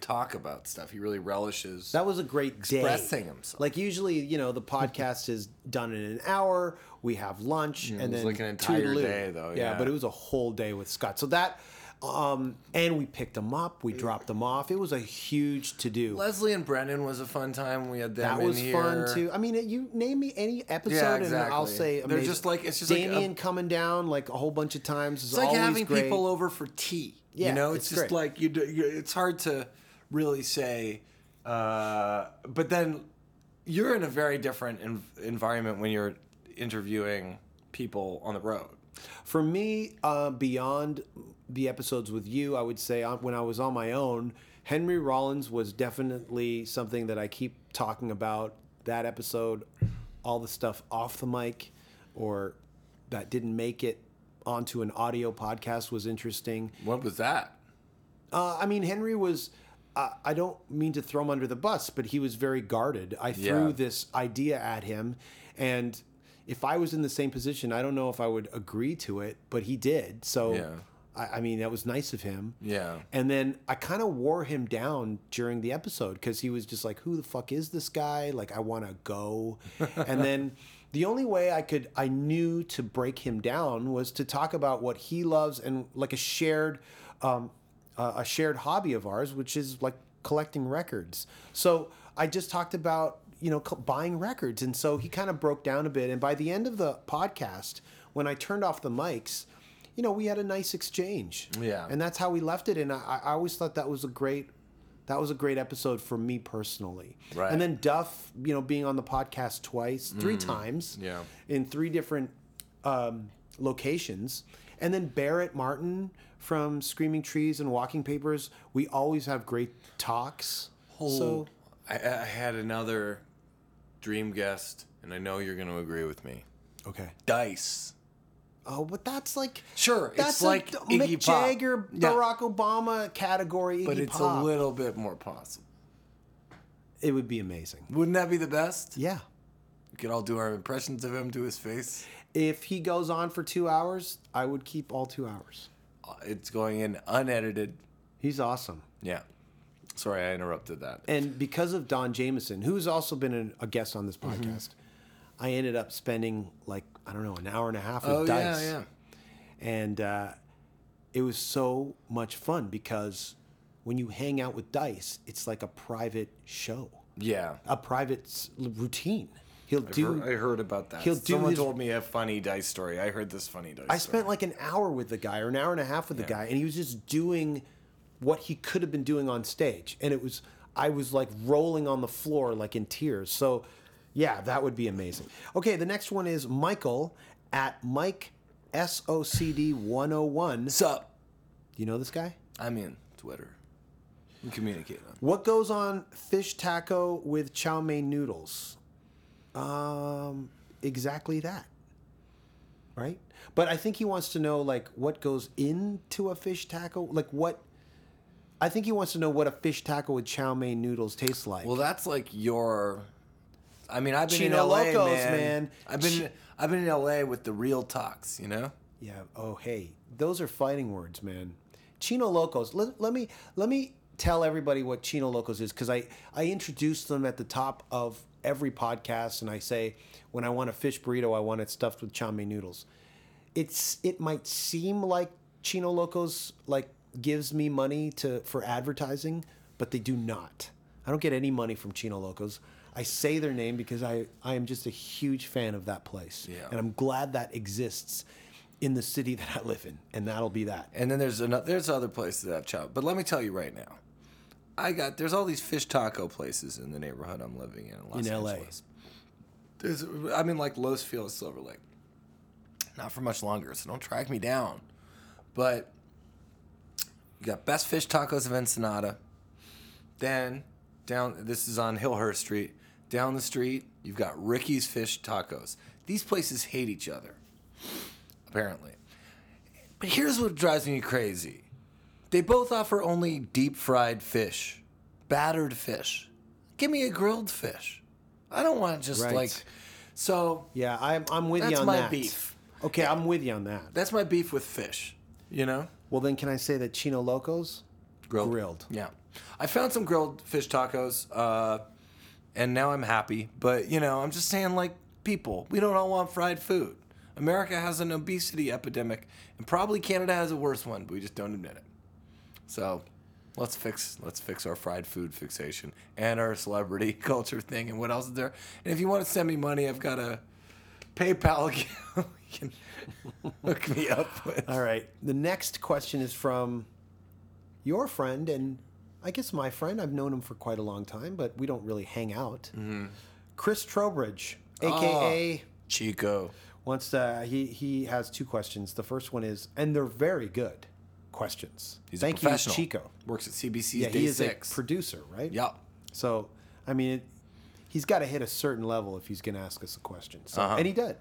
Speaker 6: talk about stuff. He really relishes.
Speaker 5: that was a great day.
Speaker 6: Expressing himself.
Speaker 5: Like usually, you know, the podcast is done in an hour. We have lunch, and
Speaker 6: Mm, it was
Speaker 5: then
Speaker 6: like an entire
Speaker 5: toodaloo.
Speaker 6: day, though, yeah.
Speaker 5: but it was a whole day with Scott. So that, um, and we picked them up. We dropped them off. It was a huge to do.
Speaker 6: Leslie and Brennan was a fun time. We had them
Speaker 5: that
Speaker 6: in
Speaker 5: was
Speaker 6: here.
Speaker 5: fun too. I mean, you name me any episode, and I'll
Speaker 6: exactly.
Speaker 5: say
Speaker 6: They're
Speaker 5: amazing.
Speaker 6: just like- it's just like a-
Speaker 5: Damien coming down like a whole bunch of times. Is
Speaker 6: It's like
Speaker 5: always
Speaker 6: having
Speaker 5: great.
Speaker 6: people over for tea.
Speaker 5: Yeah,
Speaker 6: you know, it's,
Speaker 5: it's
Speaker 6: just
Speaker 5: great.
Speaker 6: like you. Do, you it's hard to really say, uh, but then you're in a very different en- environment when you're interviewing people on the road.
Speaker 5: For me, uh, beyond the episodes with you, I would say on, when I was on my own, Henry Rollins was definitely something that I keep talking about. That episode, all the stuff off the mic or that didn't make it onto an audio podcast was interesting.
Speaker 6: What was that?
Speaker 5: Uh, I mean, Henry was. Uh, I don't mean to throw him under the bus, but he was very guarded. I threw
Speaker 6: Yeah.
Speaker 5: this idea at him, and if I was in the same position, I don't know if I would agree to it, but he did. So,
Speaker 6: Yeah.
Speaker 5: I, I mean, that was nice of him.
Speaker 6: Yeah.
Speaker 5: And then I kind of wore him down during the episode because he was just like, "Who the fuck is this guy? Like, I want to go." and then the only way I could, I knew to break him down was to talk about what he loves and like a shared, um, uh, a shared hobby of ours, which is like collecting records. So I just talked about you know co- buying records, and so he kind of broke down a bit. And by the end of the podcast, when I turned off the mics. You know, we had a nice exchange.
Speaker 6: Yeah.
Speaker 5: And that's how we left it. And I, I always thought that was a great, that was a great episode for me personally.
Speaker 6: Right. Mm-hmm.
Speaker 5: And then Duff, you know, being on the podcast twice, three times.
Speaker 6: Yeah.
Speaker 5: In three different um, locations, and then Barrett Martin from Screaming Trees and Walking Papers. We always have great talks. So
Speaker 6: I, I had another dream guest, and I know you're going to agree with me.
Speaker 5: okay.
Speaker 6: Dice.
Speaker 5: Oh, but that's like
Speaker 6: Sure, it's
Speaker 5: That's a
Speaker 6: like
Speaker 5: d-
Speaker 6: Iggy
Speaker 5: Mick
Speaker 6: Pop.
Speaker 5: Jagger,
Speaker 6: Yeah.
Speaker 5: Barack Obama category. Iggy
Speaker 6: But it's
Speaker 5: Pop.
Speaker 6: a little bit more possible.
Speaker 5: It would be amazing.
Speaker 6: Wouldn't that be the best?
Speaker 5: Yeah.
Speaker 6: We could all do our impressions of him to his face.
Speaker 5: If he goes on for two hours, I would keep all two hours.
Speaker 6: Uh, It's going in unedited.
Speaker 5: He's awesome.
Speaker 6: Yeah. Sorry, I interrupted that.
Speaker 5: And because of Don Jameson, who's also been an- a guest on this podcast,
Speaker 6: Mm-hmm.
Speaker 5: I ended up spending like, I don't know, an hour and a half with
Speaker 6: Oh, yeah,
Speaker 5: Dice.
Speaker 6: yeah.
Speaker 5: And uh, it was so much fun because when you hang out with Dice, it's like a private show,
Speaker 6: Yeah.
Speaker 5: a private s- routine. He'll
Speaker 6: I
Speaker 5: do.
Speaker 6: heard- I heard about that.
Speaker 5: he'll do
Speaker 6: Someone
Speaker 5: his-
Speaker 6: told me a funny dice story. I heard this funny dice
Speaker 5: I
Speaker 6: story.
Speaker 5: spent like an hour with the guy or an hour and a half with the guy, and he was just doing what he could have been doing on stage. And it was, I was like rolling on the floor, like in tears. So, yeah, that would be amazing. Okay, the next one is Michael at Mike SOCD 101.
Speaker 6: What's up?
Speaker 5: You know this guy?
Speaker 6: I'm in Twitter. We communicate on.
Speaker 5: What goes on fish taco with chow mein noodles? Um, exactly that. Right? But I think he wants to know like what goes into a fish taco, like what I think he wants to know what a fish taco with chow mein noodles tastes like.
Speaker 6: Well, that's like your. I mean, I've been in
Speaker 5: Chino
Speaker 6: LA,
Speaker 5: Locos,
Speaker 6: man.
Speaker 5: man.
Speaker 6: I've been I've been in LA with the real talks, you know.
Speaker 5: yeah. Oh, hey. Those are fighting words, man. Chino Locos. Let, let me let me tell everybody what Chino Locos is cuz I I introduce them at the top of every podcast and I say when I want a fish burrito, I want it stuffed with chow mein noodles. it's it might seem like Chino Locos like gives me money to for advertising, but they do not. I don't get any money from Chino Locos. I say their name because I, I am just a huge fan of that place.
Speaker 6: Yeah.
Speaker 5: And I'm glad that exists in the city that I live in. And that'll be that.
Speaker 6: And then there's another there's other places that have chow. But let me tell you right now, I got there's all these fish taco places in the neighborhood I'm living in in Los
Speaker 5: In LA.
Speaker 6: Angeles. There's I mean like Los Feliz, Silver Lake. Not for much longer, so don't track me down. But you got best fish tacos of Ensenada. Then down this is on Hillhurst Street. Down the street, you've got Ricky's Fish Tacos. These places hate each other, apparently. But here's what drives me crazy. They both offer only deep fried fish, battered fish. Give me a grilled fish. I don't want just
Speaker 5: Right.
Speaker 6: like. So
Speaker 5: Yeah, I'm I'm with you
Speaker 6: That's
Speaker 5: on
Speaker 6: my
Speaker 5: that.
Speaker 6: beef.
Speaker 5: Okay, I'm with you on that.
Speaker 6: that's my beef with fish, you know?
Speaker 5: Well then can I say that Chino Locos?
Speaker 6: Grilled.
Speaker 5: Grilled.
Speaker 6: Yeah. I found some grilled fish tacos, uh, and now I'm happy. But, you know, I'm just saying, like, people, we don't all want fried food. America has an obesity epidemic, and probably Canada has a worse one, but we just don't admit it. So. Let's fix let's fix our fried food fixation and our celebrity culture thing and what else is there? And if you want to send me money, I've got a PayPal account you can hook me up with.
Speaker 5: All right. The next question is from your friend, and I guess my friend. I've known him for quite a long time, but we don't really hang out.
Speaker 6: Mm-hmm.
Speaker 5: Chris Trowbridge,
Speaker 6: Ah.
Speaker 5: aka,
Speaker 6: Chico.
Speaker 5: wants to. He he has two questions. The first one is, and they're very good questions.
Speaker 6: He's
Speaker 5: Thank
Speaker 6: a professional.
Speaker 5: you, Chico.
Speaker 6: Works at CBC.
Speaker 5: Yeah,
Speaker 6: day
Speaker 5: he is
Speaker 6: six.
Speaker 5: a producer, right?
Speaker 6: yeah.
Speaker 5: So, I mean, it, he's got to hit a certain level if he's going to ask us a question. So,
Speaker 6: Uh-huh.
Speaker 5: and he did.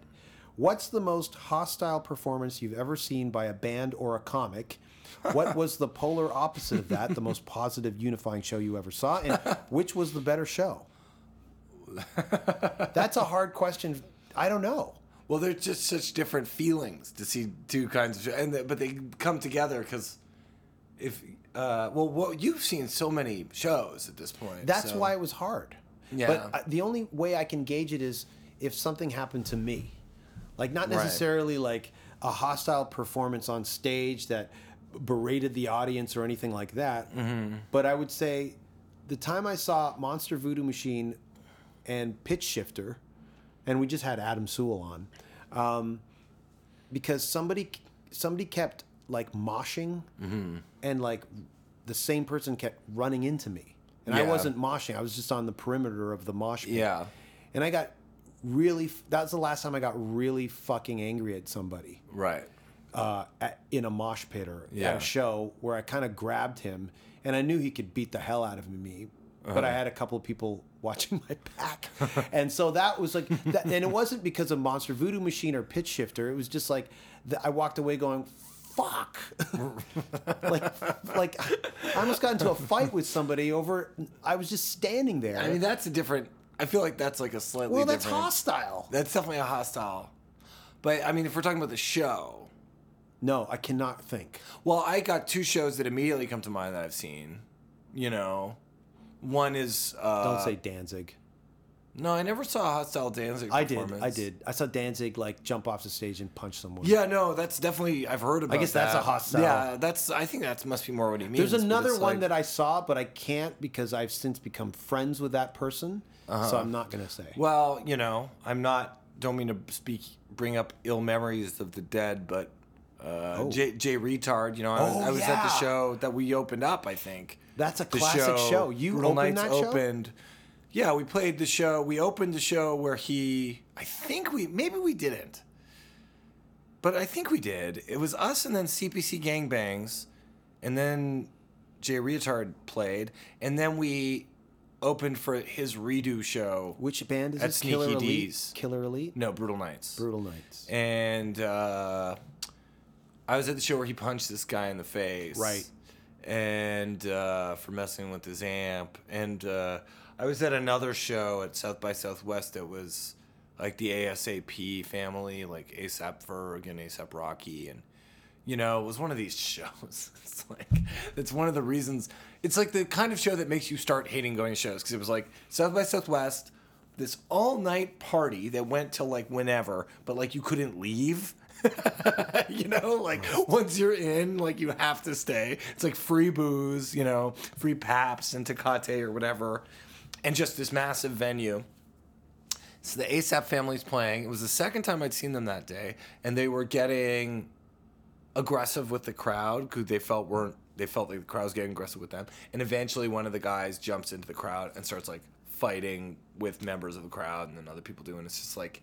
Speaker 5: What's the most hostile performance you've ever seen by a band or a comic? What was the polar opposite of that? The most positive, unifying show you ever saw, and which was the better show? That's a hard question. I don't know.
Speaker 6: Well, they're just such different feelings to see two kinds of, and the, but they come together because if uh, well, what you've seen so many shows at this point.
Speaker 5: That's
Speaker 6: so-
Speaker 5: why it was hard.
Speaker 6: Yeah.
Speaker 5: But uh, the only way I can gauge it is if something happened to me. Like, not
Speaker 6: Right.
Speaker 5: necessarily like a hostile performance on stage that berated the audience or anything like that.
Speaker 6: Mm-hmm.
Speaker 5: But I would say the time I saw Monster Voodoo Machine and Pitch Shifter, and we just had Adam Sewell on, um, because somebody somebody kept like moshing
Speaker 6: Mm-hmm.
Speaker 5: and like the same person kept running into me. And I
Speaker 6: Yeah.
Speaker 5: wasn't moshing. I was just on the perimeter of the mosh pit.
Speaker 6: Yeah.
Speaker 5: And I got really f- that was the last time I got really fucking angry at somebody
Speaker 6: Right.
Speaker 5: uh, at, in a mosh pit or at
Speaker 6: Yeah.
Speaker 5: a show where I kind of grabbed him and I knew he could beat the hell out of me. But I had a couple of people watching my back. and so that was like, that, and it wasn't because of Monster Voodoo Machine or Pitch Shifter. It was just like, the, I walked away going, fuck. like, like, I almost got into a fight with somebody over, I was just standing there.
Speaker 6: I mean, that's a different. I feel like that's like a slightly.
Speaker 5: well, that's
Speaker 6: different-
Speaker 5: hostile.
Speaker 6: That's definitely a hostile. But I mean, if we're talking about the show,
Speaker 5: No, I cannot think.
Speaker 6: Well, I got two shows that immediately come to mind that I've seen. You know, one is uh,
Speaker 5: Don't say Danzig.
Speaker 6: no. I never saw a Hostile Danzig.
Speaker 5: I did. I
Speaker 6: performance.
Speaker 5: did. I saw Danzig like jump off the stage and punch someone.
Speaker 6: Yeah, no, that's definitely I've heard about.
Speaker 5: guess that's
Speaker 6: that.
Speaker 5: a hostile.
Speaker 6: Yeah, that's. I think that's must be more what he means.
Speaker 5: There's another one that I saw, but I can't because I've since become friends with that person. So I'm not gonna say.
Speaker 6: Well, you know, I'm not. Don't mean to speak, bring up ill memories of the dead, but uh, Jay, Jay Retard. You know, I was,
Speaker 5: Oh,
Speaker 6: I was at the
Speaker 5: yeah.
Speaker 6: show that we opened up. I think
Speaker 5: That's a
Speaker 6: the
Speaker 5: classic show. You
Speaker 6: Brutal
Speaker 5: opened
Speaker 6: Knights
Speaker 5: that show?
Speaker 6: opened. Yeah, we played the show. We opened the show where he. I think we maybe we didn't, but I think we did. It was us and then CPC Gangbangs, and then Jay Retard played, and then we opened for his redo show.
Speaker 5: Which band is
Speaker 6: At
Speaker 5: this?
Speaker 6: Sneaky
Speaker 5: Killer
Speaker 6: D's.
Speaker 5: Elite. Killer Elite.
Speaker 6: No, Brutal Knights.
Speaker 5: Brutal Knights.
Speaker 6: And uh, I was at the show where he punched this guy in the face.
Speaker 5: Right.
Speaker 6: And uh, for messing with his amp. And uh, I was at another show at South by Southwest that was like the ASAP family, like ASAP Ferg and ASAP Rocky. And, you know, it was one of these shows. It's like, it's one of the reasons. It's like the kind of show that makes you start hating going to shows because it was like South by Southwest, this all night party that went till like whenever, but like you couldn't leave. you know, like once you're in, like you have to stay. It's like free booze, you know, free paps and Tecate or whatever, and just this massive venue. So the ASAP family's playing. It was the second time I'd seen them that day, and they were getting aggressive with the crowd who they felt weren't they felt like the crowd was getting aggressive with them and eventually one of the guys jumps into the crowd and starts like fighting with members of the crowd and then other people do and it's just like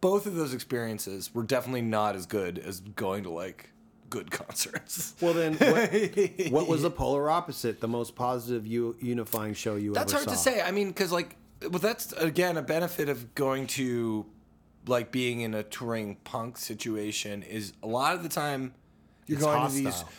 Speaker 6: both of those experiences were definitely not as good as going to like good concerts
Speaker 5: Well then, what, what was the polar opposite? The most positive u- unifying show you
Speaker 6: that's
Speaker 5: ever
Speaker 6: hard to
Speaker 5: saw?
Speaker 6: say i mean because like well that's again a benefit of going to like being in a touring punk situation is a lot of the time you're
Speaker 5: It's
Speaker 6: going to these
Speaker 5: hostile.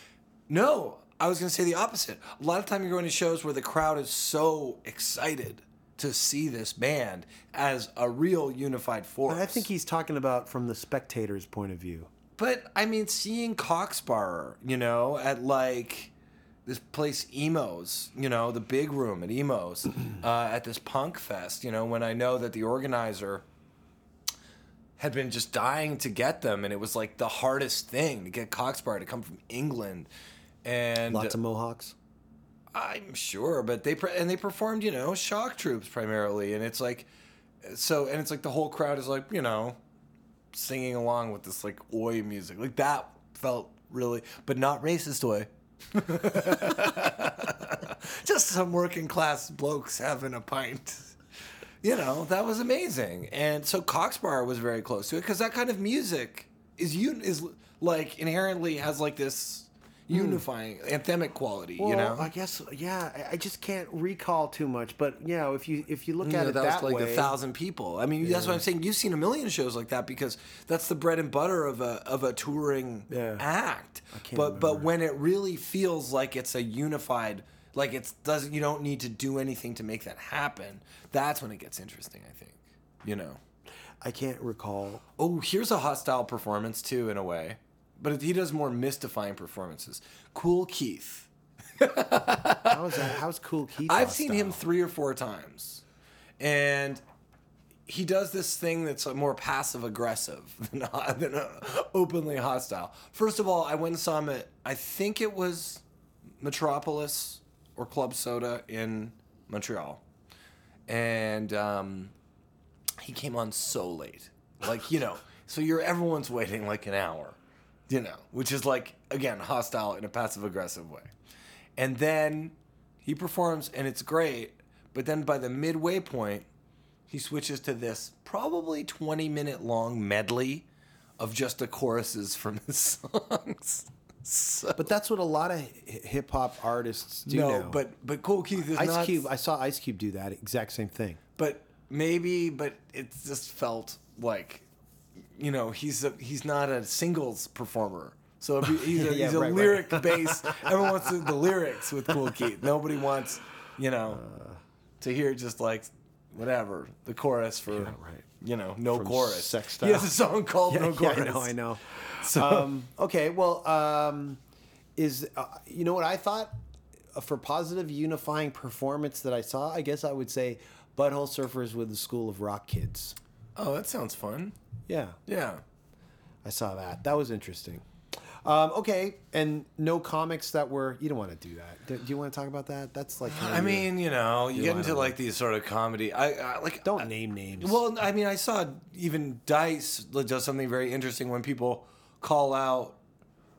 Speaker 6: No, I was going to say the opposite. A lot of time you're going to shows where the crowd is so excited to see this band as a real unified force.
Speaker 5: But I think he's talking about from the spectator's point of view.
Speaker 6: But I mean, seeing Coxbar, you know, at like this place Emos, you know, the big room at Emos, uh, at this punk fest, you know, when I know that the organizer had been just dying to get them, and it was like the hardest thing to get Coxbar to come from England. And
Speaker 5: Lots of Mohawks.
Speaker 6: I'm sure, but they pre- and they performed, you know, shock troops primarily, and it's like, so and it's like the whole crowd is like, you know, singing along with this like oi music, like that felt really, but not racist oi. Just some working class blokes having a pint. You know that was amazing, and so Cox Bar was very close to it because that kind of music is un- is like inherently has like this unifying anthemic quality. you know,
Speaker 5: I guess yeah. I- I just can't recall too much, but you know, if you if you look at
Speaker 6: Yeah,
Speaker 5: it
Speaker 6: that,
Speaker 5: that,
Speaker 6: was like
Speaker 5: way,
Speaker 6: a thousand people. I mean, that's what I'm saying. You've seen a million shows like that because that's the bread and butter of a of a touring
Speaker 5: Yeah.
Speaker 6: act.
Speaker 5: can't
Speaker 6: but but when it really feels like it's a unified, like it's doesn't you don't need to do anything to make that happen. That's when it gets interesting. I think you know.
Speaker 5: I can't recall.
Speaker 6: Oh, here's a hostile performance too, in a way. But he does more mystifying performances. Cool Keith.
Speaker 5: How is that? How's Cool Keith?
Speaker 6: I've seen him
Speaker 5: hostile?
Speaker 6: three or four times, and he does this thing that's more passive aggressive than, than uh, openly hostile. First of all, I went and saw him at I think it was Metropolis or Club Soda in Montreal, and um, he came on so late, like you know, so you're everyone's waiting like an hour, you know, which is like again hostile in a passive aggressive way, and then he performs and it's great but then by the midway point he switches to this probably 20 minute long medley of just the choruses from his songs
Speaker 5: But that's what a lot of hip hop artists do.
Speaker 6: no
Speaker 5: now.
Speaker 6: but but cool keith is
Speaker 5: Ice
Speaker 6: not
Speaker 5: Cube. I saw Ice Cube do that exact same thing.
Speaker 6: but maybe but it just felt like you know he's a, he's not a singles performer so if he- he's a,
Speaker 5: Yeah,
Speaker 6: he's a
Speaker 5: right, right.
Speaker 6: lyric based everyone wants the lyrics with cool keith nobody wants you know to hear just like whatever the chorus for
Speaker 5: right.
Speaker 6: you know no
Speaker 5: From
Speaker 6: chorus.
Speaker 5: Sextile.
Speaker 6: He has a song called
Speaker 5: Yeah,
Speaker 6: No
Speaker 5: yeah,
Speaker 6: Chorus.
Speaker 5: I know, I know. um, Oh, okay, well, um, is uh, you know what I thought Uh, for positive unifying performance that I saw? I guess I would say Butthole Surfers with the School of Rock Kids.
Speaker 6: Oh, that sounds fun.
Speaker 5: Yeah,
Speaker 6: Yeah.
Speaker 5: I saw that. That was interesting. Um, okay, and no comics that were. You don't want to do that. Do, do you want to talk about that? That's like. kinda
Speaker 6: I
Speaker 5: your-
Speaker 6: mean, you know, you get
Speaker 5: I
Speaker 6: into
Speaker 5: don't
Speaker 6: like these sort of comedy. I, I like
Speaker 5: don't
Speaker 6: I-
Speaker 5: name names.
Speaker 6: Uh, Well, I mean, I saw even Dice does something very interesting when people call out,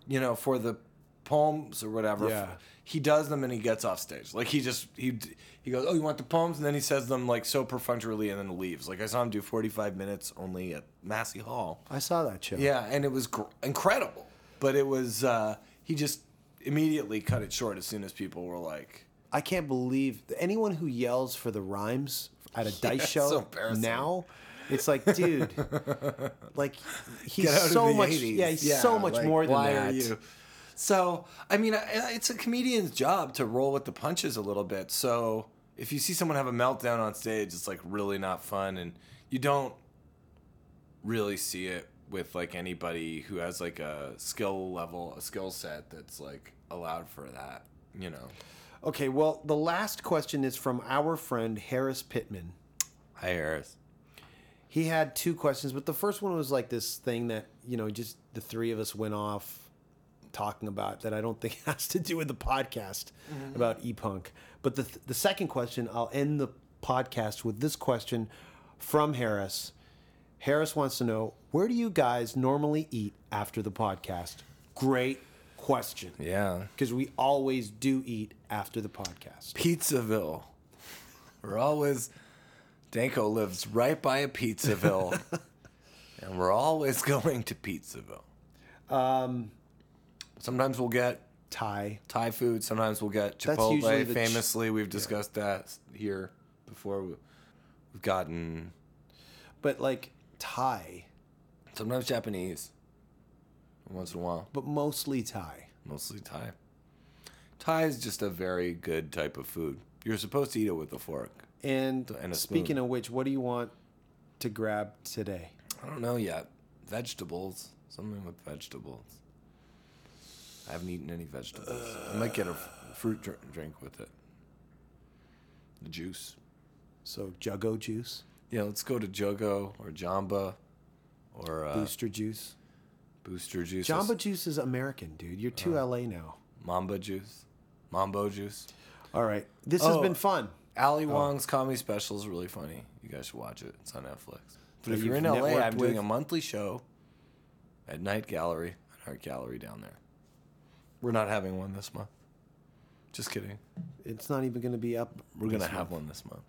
Speaker 6: you know, for the poems or whatever.
Speaker 5: Yeah.
Speaker 6: He does them and he gets off stage. Like he just he d- he goes, "Oh, you want the poems?" and then he says them like so perfunctorily and then leaves. Like I saw him do 45 minutes only at Massey Hall.
Speaker 5: I saw that show.
Speaker 6: Yeah, and it was gr- incredible. But it was uh he just immediately cut it short as soon as people were like
Speaker 5: I can't believe anyone who yells for the rhymes at a dice
Speaker 6: it's
Speaker 5: show
Speaker 6: so embarrassing.
Speaker 5: now. It's like, dude, like he's
Speaker 6: Get out of
Speaker 5: so
Speaker 6: the
Speaker 5: much,
Speaker 6: 80s.
Speaker 5: yeah, he's so much
Speaker 6: like,
Speaker 5: more than
Speaker 6: why
Speaker 5: that.
Speaker 6: Are you? So, I mean, I- it's a comedian's job to roll with the punches a little bit. So, if you see someone have a meltdown on stage, it's like really not fun, and you don't really see it with like anybody who has like a skill level, a skill set that's like allowed for that. You know,
Speaker 5: Okay, well, the last question is from our friend Harris Pittman.
Speaker 6: hi Harris.
Speaker 5: He had two questions, but the first one was like this thing that you know, just the three of us went off talking about that I don't think has to do with the podcast about e-punk. But the the second question, I'll end the podcast with this question from Harris. Harris wants to know where do you guys normally eat after the podcast? Great question.
Speaker 6: Yeah,
Speaker 5: Because we always do eat after the podcast.
Speaker 6: Pizzaville. We're always Danko lives right by a Pizzaville, and we're always going to Pizzaville. Um, sometimes we'll get
Speaker 5: Um, Thai.
Speaker 6: Thai food. Sometimes we'll get
Speaker 5: That's
Speaker 6: Chipotle.
Speaker 5: usually the ch-
Speaker 6: Famously, we've discussed that here before. We- We've gotten
Speaker 5: But like Thai,
Speaker 6: sometimes Japanese, once in a while,
Speaker 5: but mostly Thai.
Speaker 6: mostly Thai. Thai is just a very good type of food. You're supposed to eat it with a fork.
Speaker 5: And,
Speaker 6: And a
Speaker 5: speaking
Speaker 6: spoon.
Speaker 5: of which, what do you want to grab today?
Speaker 6: I don't know yet. Vegetables. Something with vegetables. I haven't eaten any vegetables. I might get a f- fruit dr- drink with it. The juice.
Speaker 5: So Juggo juice,
Speaker 6: Yeah, let's go to Jogo or Jamba or uh,
Speaker 5: Booster juice.
Speaker 6: Booster Juice.
Speaker 5: Jamba juice is American, dude. You're
Speaker 6: Uh,
Speaker 5: too LA now.
Speaker 6: Mamba Juice. Mambo Juice.
Speaker 5: All right, this has
Speaker 6: Oh.
Speaker 5: been fun.
Speaker 6: Ali Wong's comedy special is really funny. You guys should watch it. It's on Netflix. But if
Speaker 5: That
Speaker 6: you're in
Speaker 5: you've
Speaker 6: LA,
Speaker 5: networked
Speaker 6: I'm doing
Speaker 5: with?
Speaker 6: a monthly show at Night Gallery, an art gallery down there. We're not having one this month. Just kidding.
Speaker 5: It's not even going to be up.
Speaker 6: We're gonna
Speaker 5: this
Speaker 6: have
Speaker 5: month.
Speaker 6: one this month.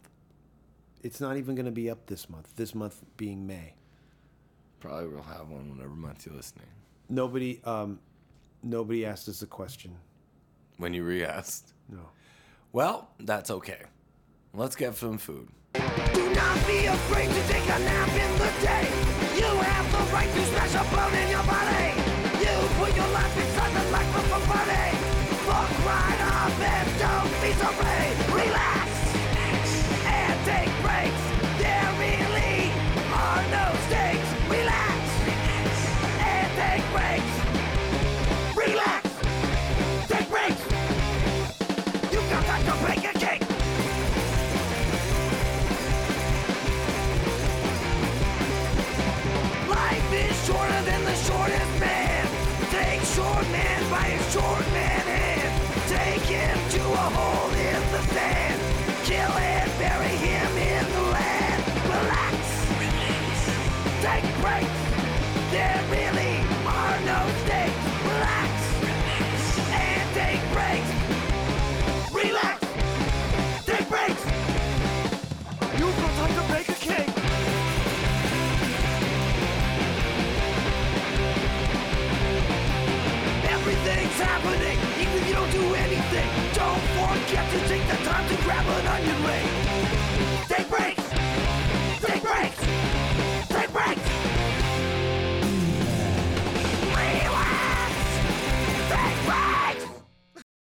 Speaker 5: It's not even going to be up this month. This month being May.
Speaker 6: Probably we'll have one whenever month you're listening.
Speaker 5: Nobody, um, nobody asked us a question.
Speaker 6: When you re-asked.
Speaker 5: No.
Speaker 6: Well, that's okay. Let's get some food.
Speaker 2: Do not be afraid to take a nap in the day. You have the right to smash a bone in your body. You put your life inside the life of a body. Fuck right up and don't be so afraid. Relax and take breaks. There really are no stakes. Relax and take breaks. Relax. Take breaks. You got time to bake a cake. Life is shorter than the shortest man. Take short man by his short man hand. Take him to a hole in the sand. Kill and bury him in the land. Relax. Take breaks. There really are no stakes. Relax. And take breaks. Relax. Take breaks. You've got time to bake a cake. Everything's happening, even if you don't do anything. Don't forget to take the time to grab an onion ring.